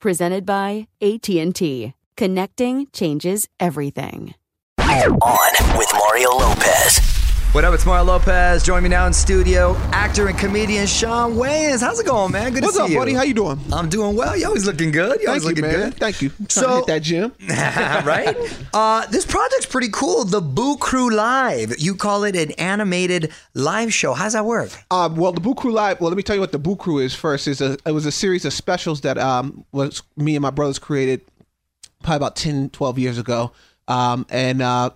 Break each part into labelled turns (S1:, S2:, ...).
S1: presented by AT&T. Connecting changes everything.
S2: On with Mario Lopez.
S3: What up? It's Mario Lopez. Join me now in studio, actor and comedian Sean Wayans. How's it going, man? Good
S4: What's
S3: to see
S4: up,
S3: you.
S4: buddy? How you doing?
S3: I'm doing well. You always looking good. You
S4: Thank
S3: always
S4: you,
S3: looking
S4: man.
S3: good.
S4: Thank you. Trying
S3: So-
S4: to hit that gym.
S3: right? Uh, this project's pretty cool. The Boo Crew Live. You call it an animated live show. How's that work?
S4: Um, well, the Boo Crew Live. Well, let me tell you what the Boo Crew is first. Is a, it was a series of specials that um, was me and my brothers created probably about 10, 12 years ago, um, and uh,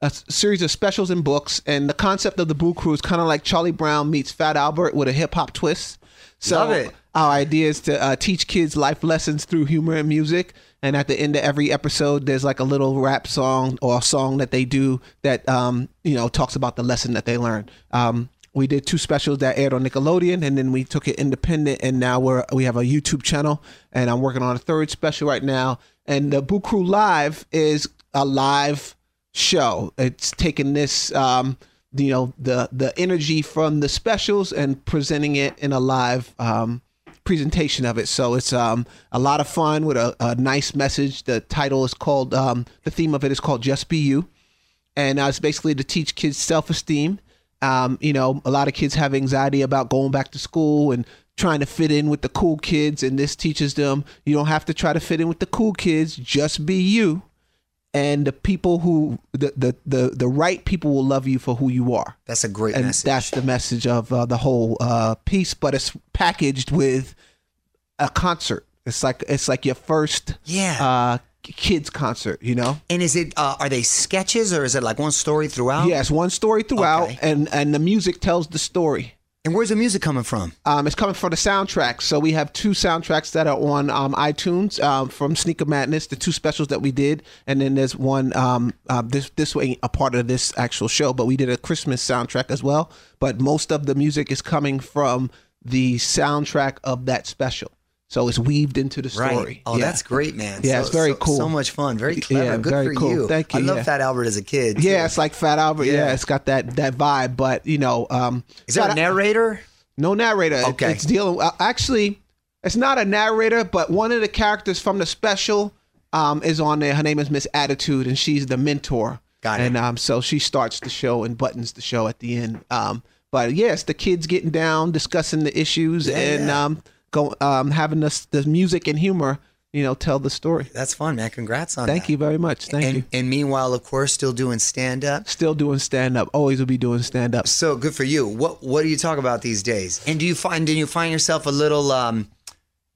S4: a s- series of specials and books. And the concept of the Boo Crew is kind of like Charlie Brown meets Fat Albert with a hip hop twist. So
S3: Love it.
S4: our idea is to uh, teach kids life lessons through humor and music. And at the end of every episode, there's like a little rap song or a song that they do that um, you know talks about the lesson that they learned. Um, we did two specials that aired on Nickelodeon, and then we took it independent, and now we're we have a YouTube channel, and I'm working on a third special right now. And the Boo Crew Live is a live show. It's taking this, um, you know, the the energy from the specials and presenting it in a live um, presentation of it. So it's um, a lot of fun with a, a nice message. The title is called, um, the theme of it is called "Just Be You," and uh, it's basically to teach kids self esteem. Um, you know, a lot of kids have anxiety about going back to school and trying to fit in with the cool kids, and this teaches them you don't have to try to fit in with the cool kids. Just be you and the people who the the the, the right people will love you for who you are
S3: That's a great
S4: and
S3: message.
S4: that's the message of uh, the whole uh, piece but it's packaged with a concert it's like it's like your first
S3: Yeah.
S4: uh, kids concert you know
S3: and is it? Uh, are they sketches or is it like one story throughout?
S4: yes one story throughout
S3: Okay.
S4: and and the music tells the story
S3: And where's the music coming from?
S4: Um, it's coming from the soundtrack. So we have two soundtracks that are on um, iTunes um, from Sneaker Madness, the two specials that we did, and then there's one um, uh, this this way a part of this actual show. But we did a Christmas soundtrack as well. But most of the music is coming from the soundtrack of that special. So it's weaved into the story.
S3: Right. Oh,
S4: Yeah.
S3: that's great, man.
S4: Yeah,
S3: So-
S4: it's very
S3: so-
S4: cool.
S3: So much fun. Very
S4: Yeah,
S3: clever. Good
S4: very
S3: for
S4: cool.
S3: you.
S4: Thank you,
S3: I love
S4: yeah.
S3: Fat Albert as a kid.
S4: Yeah,
S3: too.
S4: it's like Fat Albert. Yeah.
S3: Yeah.
S4: it's got that that vibe. But you know, um,
S3: Is there
S4: Fat
S3: a narrator?
S4: No narrator. It-
S3: Okay.
S4: It's dealing. Uh, actually, it's not a narrator, but one of the characters from the special um, is on there. Her name is Miss Attitude, and she's the mentor.
S3: Got it.
S4: And um, so she starts the show and buttons the show at the end. Um, but yes, the kids getting down, discussing the issues, and um, go um, having the the music and humor, you know, tell the story.
S3: That's fun, man. Congrats on
S4: Thank
S3: that.
S4: you very much. Thank
S3: and,
S4: you.
S3: and meanwhile, of course, still doing stand up.
S4: Still doing stand up. Always will be doing stand up.
S3: So good for you. What what do you talk about these days? And do you find do you find yourself a little um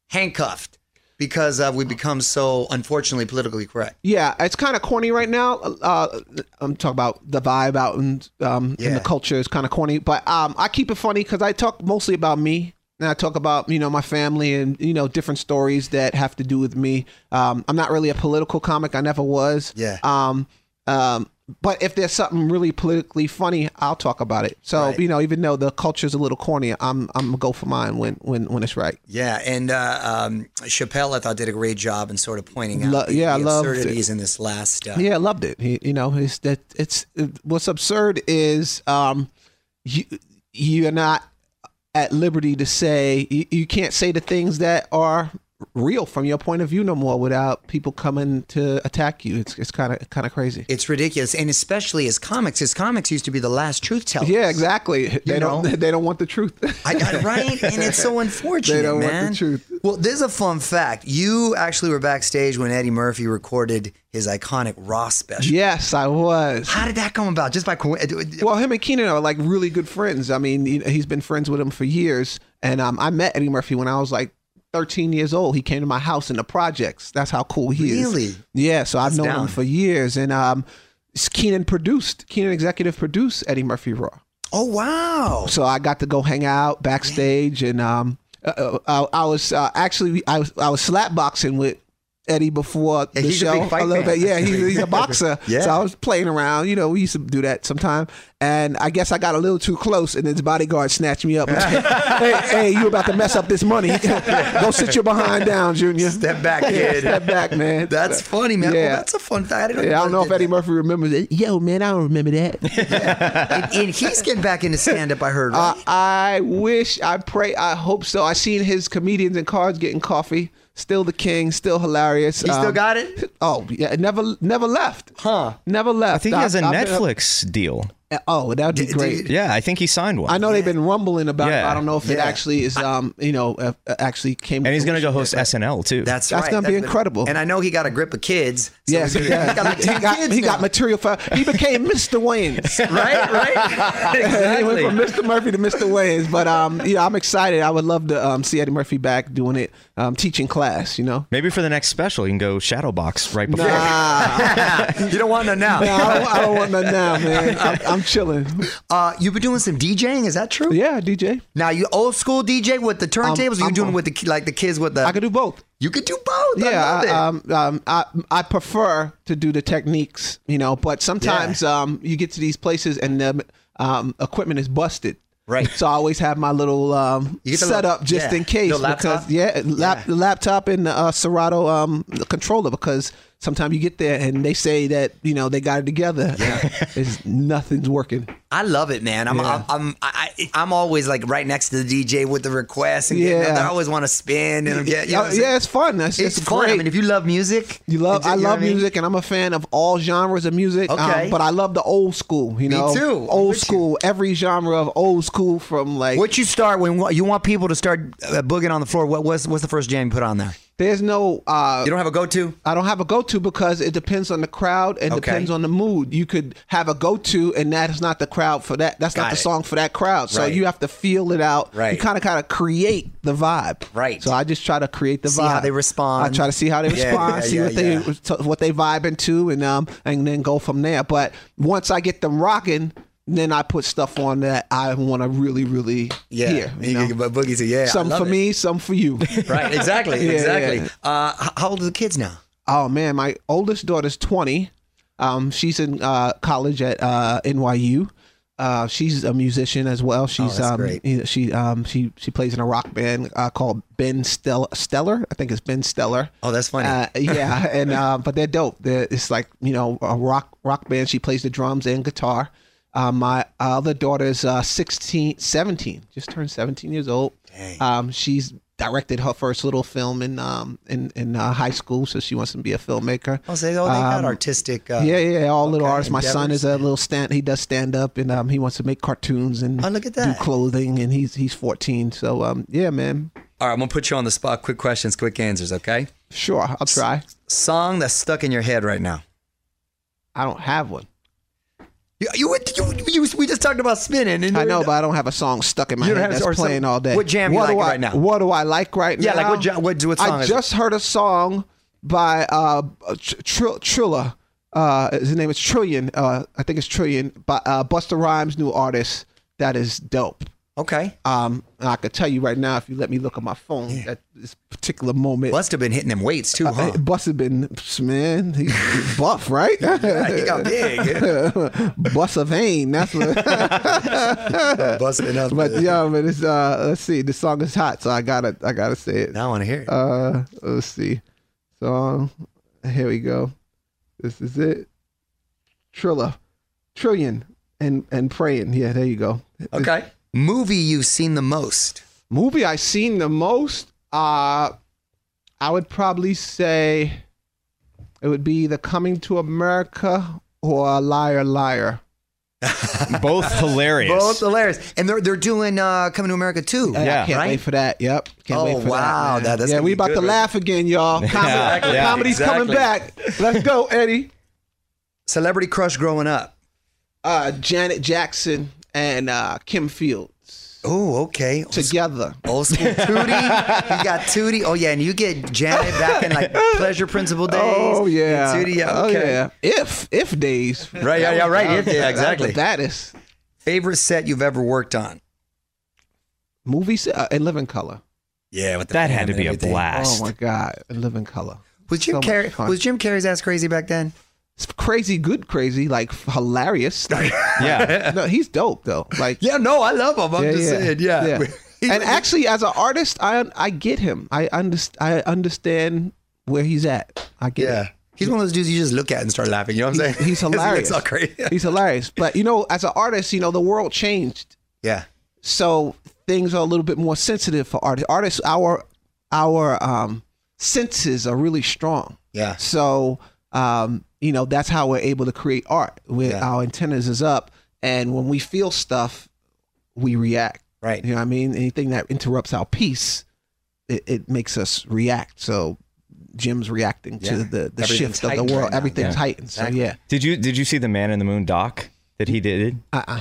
S3: handcuffed because uh, we become so unfortunately politically correct.
S4: Yeah, it's kind of corny right now. Uh, I'm talking about the vibe out in, um, in
S3: Yeah.
S4: the culture is kind of corny, but um, I keep it funny because I talk mostly about me. And I talk about you know my family and you know different stories that have to do with me. Um, I'm not really a political comic. I never was.
S3: Yeah.
S4: Um, um, but if there's something really politically funny, I'll talk about it. So
S3: Right.
S4: you know, even though the culture's a little corny, I'm I'm gonna go for mine when when when it's right.
S3: Yeah, and uh, um, Chappelle, I thought, did a great job in sort of pointing out
S4: Lo-
S3: the,
S4: yeah, I
S3: the
S4: loved it.
S3: absurdities in this last. Uh,
S4: Yeah, I loved it. He, you know, it's that it's it- what's absurd is um, you you're not at liberty to say you, you can't say the things that are real from your point of view no more without people coming to attack you. It's it's kind of kind of crazy.
S3: It's ridiculous, and especially as comics, as comics used to be the last truth tellers.
S4: Yeah, exactly. They don't
S3: know.
S4: they don't want the truth.
S3: I got it right, and it's so unfortunate,
S4: They don't want the
S3: man.
S4: truth.
S3: Well, there's a fun fact. You actually were backstage when Eddie Murphy recorded his iconic Raw special.
S4: yes, I was.
S3: How did that come about? Just by uh, coincidence?
S4: Well, him and Keenan are like really good friends. I mean, he- he's been friends with him for years. And um, I met Eddie Murphy when I was like 13 years old. He came to my house in the projects. That's how cool he is.
S3: Really?
S4: Yeah. So I've known
S3: down.
S4: him for years. And um, Keenan produced, Keenan executive produced Eddie Murphy Raw.
S3: Oh wow!
S4: So I got to go hang out backstage, and um, uh, uh, I, I was uh, actually I was I was slap boxing with Eddie before
S3: Yeah,
S4: the
S3: he's a
S4: show
S3: big fight
S4: little
S3: fan.
S4: bit. Yeah, he's, he's a boxer.
S3: Yeah.
S4: So I was playing around. You know, we used to do that sometime. And I guess I got a little too close, and his bodyguard snatched me up. And said, hey, hey, you about to mess up this money? go sit your behind down, Junior.
S3: Step back, kid.
S4: Step back, man.
S3: That's funny, man.
S4: Yeah.
S3: Well, that's a fun fact. I, didn't
S4: Yeah, I don't know if
S3: did
S4: Eddie
S3: that.
S4: Murphy remembers it. Yo, man, I don't remember that.
S3: And, and he's getting back into stand up, I heard. Right?
S4: Uh, I wish, I pray, I hope so. I seen his comedians and cards getting coffee. Still the king, still hilarious. Um,
S3: he still got it?
S4: Oh yeah, never never left. Huh? Never left.
S5: I think he has a
S4: I've been-
S5: Netflix deal.
S4: oh, that would be great.
S5: Yeah, I think he signed one.
S4: I know they've been rumbling about it.
S5: Yeah.
S4: But I don't know if it
S3: Yeah.
S4: actually is. Um, you know, uh, uh, actually came.
S5: And he's gonna go
S4: fruition.
S5: host SNL too.
S3: That's,
S4: That's
S3: right.
S4: gonna be
S3: That's-
S4: incredible.
S3: And I know he got a grip of kids. So
S4: Yes,
S3: he's gonna-
S4: yeah.
S3: He got like
S4: he,
S3: 10
S4: got,
S3: kids
S4: he got
S3: now.
S4: material for. He became Mr. Wayne's.
S3: right, right.
S4: He went
S5: exactly.
S4: from Mr. Murphy to Mr. Wayne's, but um, yeah, I'm excited. I would love to um, see Eddie Murphy back doing it, um, teaching class. You know,
S5: Maybe for the next special, you can go Shadowbox right before.
S3: you don't want to now.
S4: No, I don't, I don't want none now, man. I'm, I'm chilling.
S3: Uh, you've been doing some DJing, is that true?
S4: Yeah, DJ.
S3: Now you old school DJ with the turntables. or you
S4: I'm-
S3: doing with the ki- like the kids with the.
S4: I could do both.
S3: you could do both. I
S4: Yeah,
S3: love it.
S4: I, um, um, I I prefer to do the techniques, you know. But sometimes um, you get to these places and the um, equipment is busted.
S3: Right.
S4: So I always have my little um,
S3: You get the
S4: setup
S3: little-
S4: just
S3: yeah,
S4: in case.
S3: little laptop?
S4: Because, yeah, lap, the laptop and the uh, Serato um, controller because sometimes you get there and they say that you know they got it together. it's nothing's working.
S3: I love it, man. I'm I'm I'm, I, I- I'm always like right next to the DJ with the requests and getting
S4: Yeah.
S3: up there. I always want to spin and get. You know
S4: Uh,
S3: what I'm saying?
S4: yeah, it's fun. It's,
S3: it's,
S4: it's
S3: fun.
S4: Great.
S3: I mean, if you love music,
S4: You love
S3: it's-
S4: I
S3: you know
S4: love
S3: what mean?
S4: music and I'm a fan of all genres of music. um,
S3: Okay.
S4: but I love the old school, you
S3: Me
S4: know.
S3: too. I'm
S4: Old
S3: with you.
S4: school, every genre of old school from like
S3: What you start when you want people to start uh, booging on the floor? What was what's the first jam you put on there?
S4: there's no uh
S3: You don't have a go to.
S4: I don't have a go to because it depends on the crowd and
S3: Okay.
S4: depends on the mood. You could have a go to and that's not the crowd for that. That's
S3: Got
S4: not the
S3: it.
S4: song for that crowd. So
S3: Right.
S4: you have to feel it out.
S3: Right.
S4: You kind of kind of create the vibe.
S3: Right.
S4: So I just try to create the
S3: See
S4: vibe.
S3: how they respond.
S4: I try to see how they
S3: Yeah,
S4: respond,
S3: yeah,
S4: see
S3: yeah,
S4: what they
S3: yeah.
S4: to- what they vibing to, and um and then go from there. But once I get them rocking. Then I put stuff on that I want to really, really hear. You know?
S3: but boogies. Yeah, I
S4: some
S3: love
S4: for
S3: it.
S4: me, some for you.
S3: Right, exactly,
S4: Yeah,
S3: exactly.
S4: yeah.
S3: Uh, h- how old are the kids now?
S4: Oh man, my oldest daughter's twenty. Um, she's in uh, college at uh, NYU. Uh, she's a musician as well. She's
S3: Oh, that's
S4: um,
S3: great.
S4: you know, she um, she she plays in a rock band uh, called Ben Stell- Stellar. I think it's Ben Stellar.
S3: Oh, that's funny.
S4: Uh, yeah, and uh, but they're dope. They're, it's like you know a rock rock band. She plays the drums and guitar. Uh, my other daughter's uh, 16, 17, just turned 17 years old. Um, she's directed her first little film in um, in, in uh, high school, so she wants to be a filmmaker.
S3: I'll say, oh, they got artistic. Uh,
S4: um, Yeah, yeah, all little
S3: okay,
S4: artists. My son
S3: endeavors.
S4: is a little stand. He does stand up, and um, he wants to make cartoons and
S3: Oh, look at
S4: do
S3: that.
S4: clothing. And he's he's fourteen. So um, yeah, man,
S3: All right, I'm gonna put you on the spot. Quick questions, quick answers. Okay.
S4: sure, I'll try.
S3: Song that's stuck in your head right now.
S4: I don't have one.
S3: You, you, went- you, you, we just talked about spinning. And
S4: I
S3: you're-
S4: know, but I don't have a song stuck in my
S3: You don't
S4: head
S3: have-
S4: that's
S3: or some-
S4: playing all day.
S3: what jam you
S4: do
S3: like
S4: I-
S3: right now?
S4: What do I like right
S3: Yeah,
S4: now?
S3: like what ja- what- what song
S4: I
S3: is it?
S4: just heard a song by uh, Tr- Trilla. Uh, his name is Trillion. Uh, I think it's Trillion. By uh, Busta Rhymes' new artist. That is dope.
S3: Okay.
S4: Um, and I could tell you right now if you let me look at my phone at this particular moment.
S3: Must have been hitting them weights
S4: Uh,
S3: too, huh?
S4: Bust has been man, he, he buff, right?
S3: he got big.
S4: Bust a vein. That's what.
S3: Busted enough.
S4: uh, But yeah, but it's uh let's see, the song is hot, so I gotta I gotta say it.
S3: Now I want to hear it.
S4: Uh let's see. Song here we go. This is it. Trilla. Trillion and and praying. Yeah, there you go.
S3: okay. Movie you've seen the most.
S4: Movie I seen the most, uh I would probably say it would be the Coming to America or Liar Liar.
S5: Both hilarious.
S3: Both hilarious. And they're, they're doing uh, Coming to America too.
S4: Yeah,
S5: Yeah.
S4: I can't
S3: Right?
S4: wait for that. Yep. Can't
S3: Oh,
S4: wait for
S3: wow.
S4: that. man.
S3: That- that's
S4: yeah,
S3: gonna
S4: we
S3: be
S4: about
S3: good,
S4: to
S3: right?
S4: laugh again, y'all. Comedy, uh,
S5: Exactly. Yeah,
S4: comedy's coming back. Let's go, Eddie.
S3: Celebrity crush growing up.
S4: Uh, Janet Jackson and uh, Kim Fields
S3: Oh, okay. Old school-
S4: together.
S3: Old school Tootie. you got Tootie. Oh, yeah. And you get Janet back in like Pleasure Principle days.
S4: Oh yeah.
S3: And Tootie. Yeah,
S4: Oh
S3: okay.
S4: yeah. If if days. Uh,
S3: Right, yeah, yeah, right. If- yeah, exactly.
S4: That is
S3: Favorite set you've ever worked on?
S4: movies uh, and Living Color.
S3: Yeah, with
S5: that had to
S3: fam and
S5: be a
S3: everything.
S5: blast.
S4: Oh my God, and Living Color.
S3: Was Jim
S4: So much
S3: Carrey
S4: fun.
S3: was Jim Carrey's ass crazy back then?
S4: It's crazy, good, crazy, like hilarious. Like,
S5: yeah.
S4: no, he's dope though. Like
S3: Yeah, no, I love him. I'm
S4: Yeah,
S3: just
S4: yeah,
S3: saying, yeah.
S4: yeah. and actually, as an artist, I I get him. I underst- I understand where he's at. I get.
S3: yeah.
S4: it.
S3: He's one of those dudes you just look at and start laughing. You know what I'm saying?
S4: He's, he's
S3: 'Cause he
S4: hilarious.
S3: looks all crazy.
S4: he's hilarious. But you know, as an artist, you know the world changed,
S3: Yeah.
S4: so things are a little bit more sensitive for artists. Artists, our our um, senses are really strong.
S3: Yeah.
S4: So, um, you know, that's how we're able to create art. With
S3: Yeah.
S4: our antennas is up, and when we feel stuff, we react.
S3: Right.
S4: You know what I mean? Anything that interrupts our peace, it, it makes us react. So, Jim's reacting
S3: Yeah.
S4: to the the
S3: Everything's
S4: shift of the
S3: heightened
S4: world.
S3: right now.
S4: Everything's
S3: Yeah.
S4: heightened.
S3: Exactly.
S4: So yeah.
S5: Did you did you see the Man in the Moon doc that he did?
S4: Uh. uh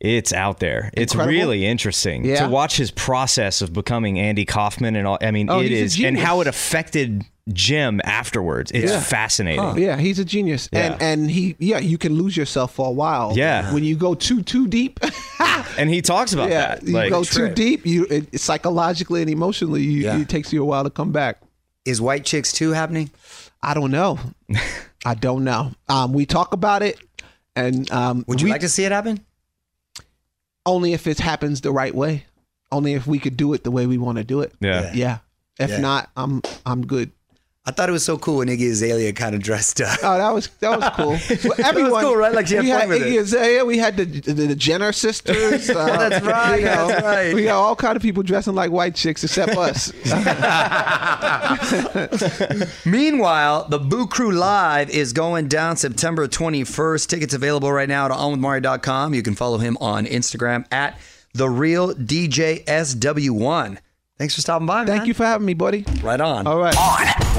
S5: It's out there. It's
S4: Incredible.
S5: really interesting
S4: Yeah.
S5: to watch his process of becoming Andy Kaufman and all. I mean,
S4: Oh,
S5: it
S4: he's a
S5: is, and how it
S4: genius.
S5: affected Jim afterwards. It's fascinating.
S4: Yeah, he's a genius, and
S5: Yeah.
S4: and he yeah, you can lose yourself for a while.
S5: Yeah.
S4: when you go too too deep,
S5: And he talks about
S4: yeah,
S5: that.
S4: you
S5: Like,
S4: go
S3: trip.
S4: too deep. You it, psychologically and emotionally, you,
S3: Yeah.
S4: it takes you a while to come back.
S3: Is White Chicks 2 happening?
S4: I don't know. I don't know. Um, we talk about it, and um,
S3: Would you
S4: we-
S3: like to see it happen?
S4: only if it happens the right way, only if we could do it the way we want to do it.
S5: yeah.
S4: yeah. If
S3: Yeah.
S4: not, I'm I'm good.
S3: I thought it was so cool when Iggy Azalea kind of dressed up.
S4: Oh, that was that was cool. Well, everyone,
S3: cool, right? Like, she had
S4: we
S3: fun with
S4: Iggy
S3: it.
S4: Azalea, we had the the, the Jenner sisters. uh,
S3: That's right,
S4: you know,
S3: that's right.
S4: We got all kind of people dressing like white chicks except us.
S3: Meanwhile, the Boo Crew Live is going down September 21st. Tickets available right now at onwithmario.com. You can follow him on Instagram at the real DJ SW1. Thanks for stopping by, man.
S4: Thank you for having me, buddy.
S3: Right on.
S4: All right.
S2: On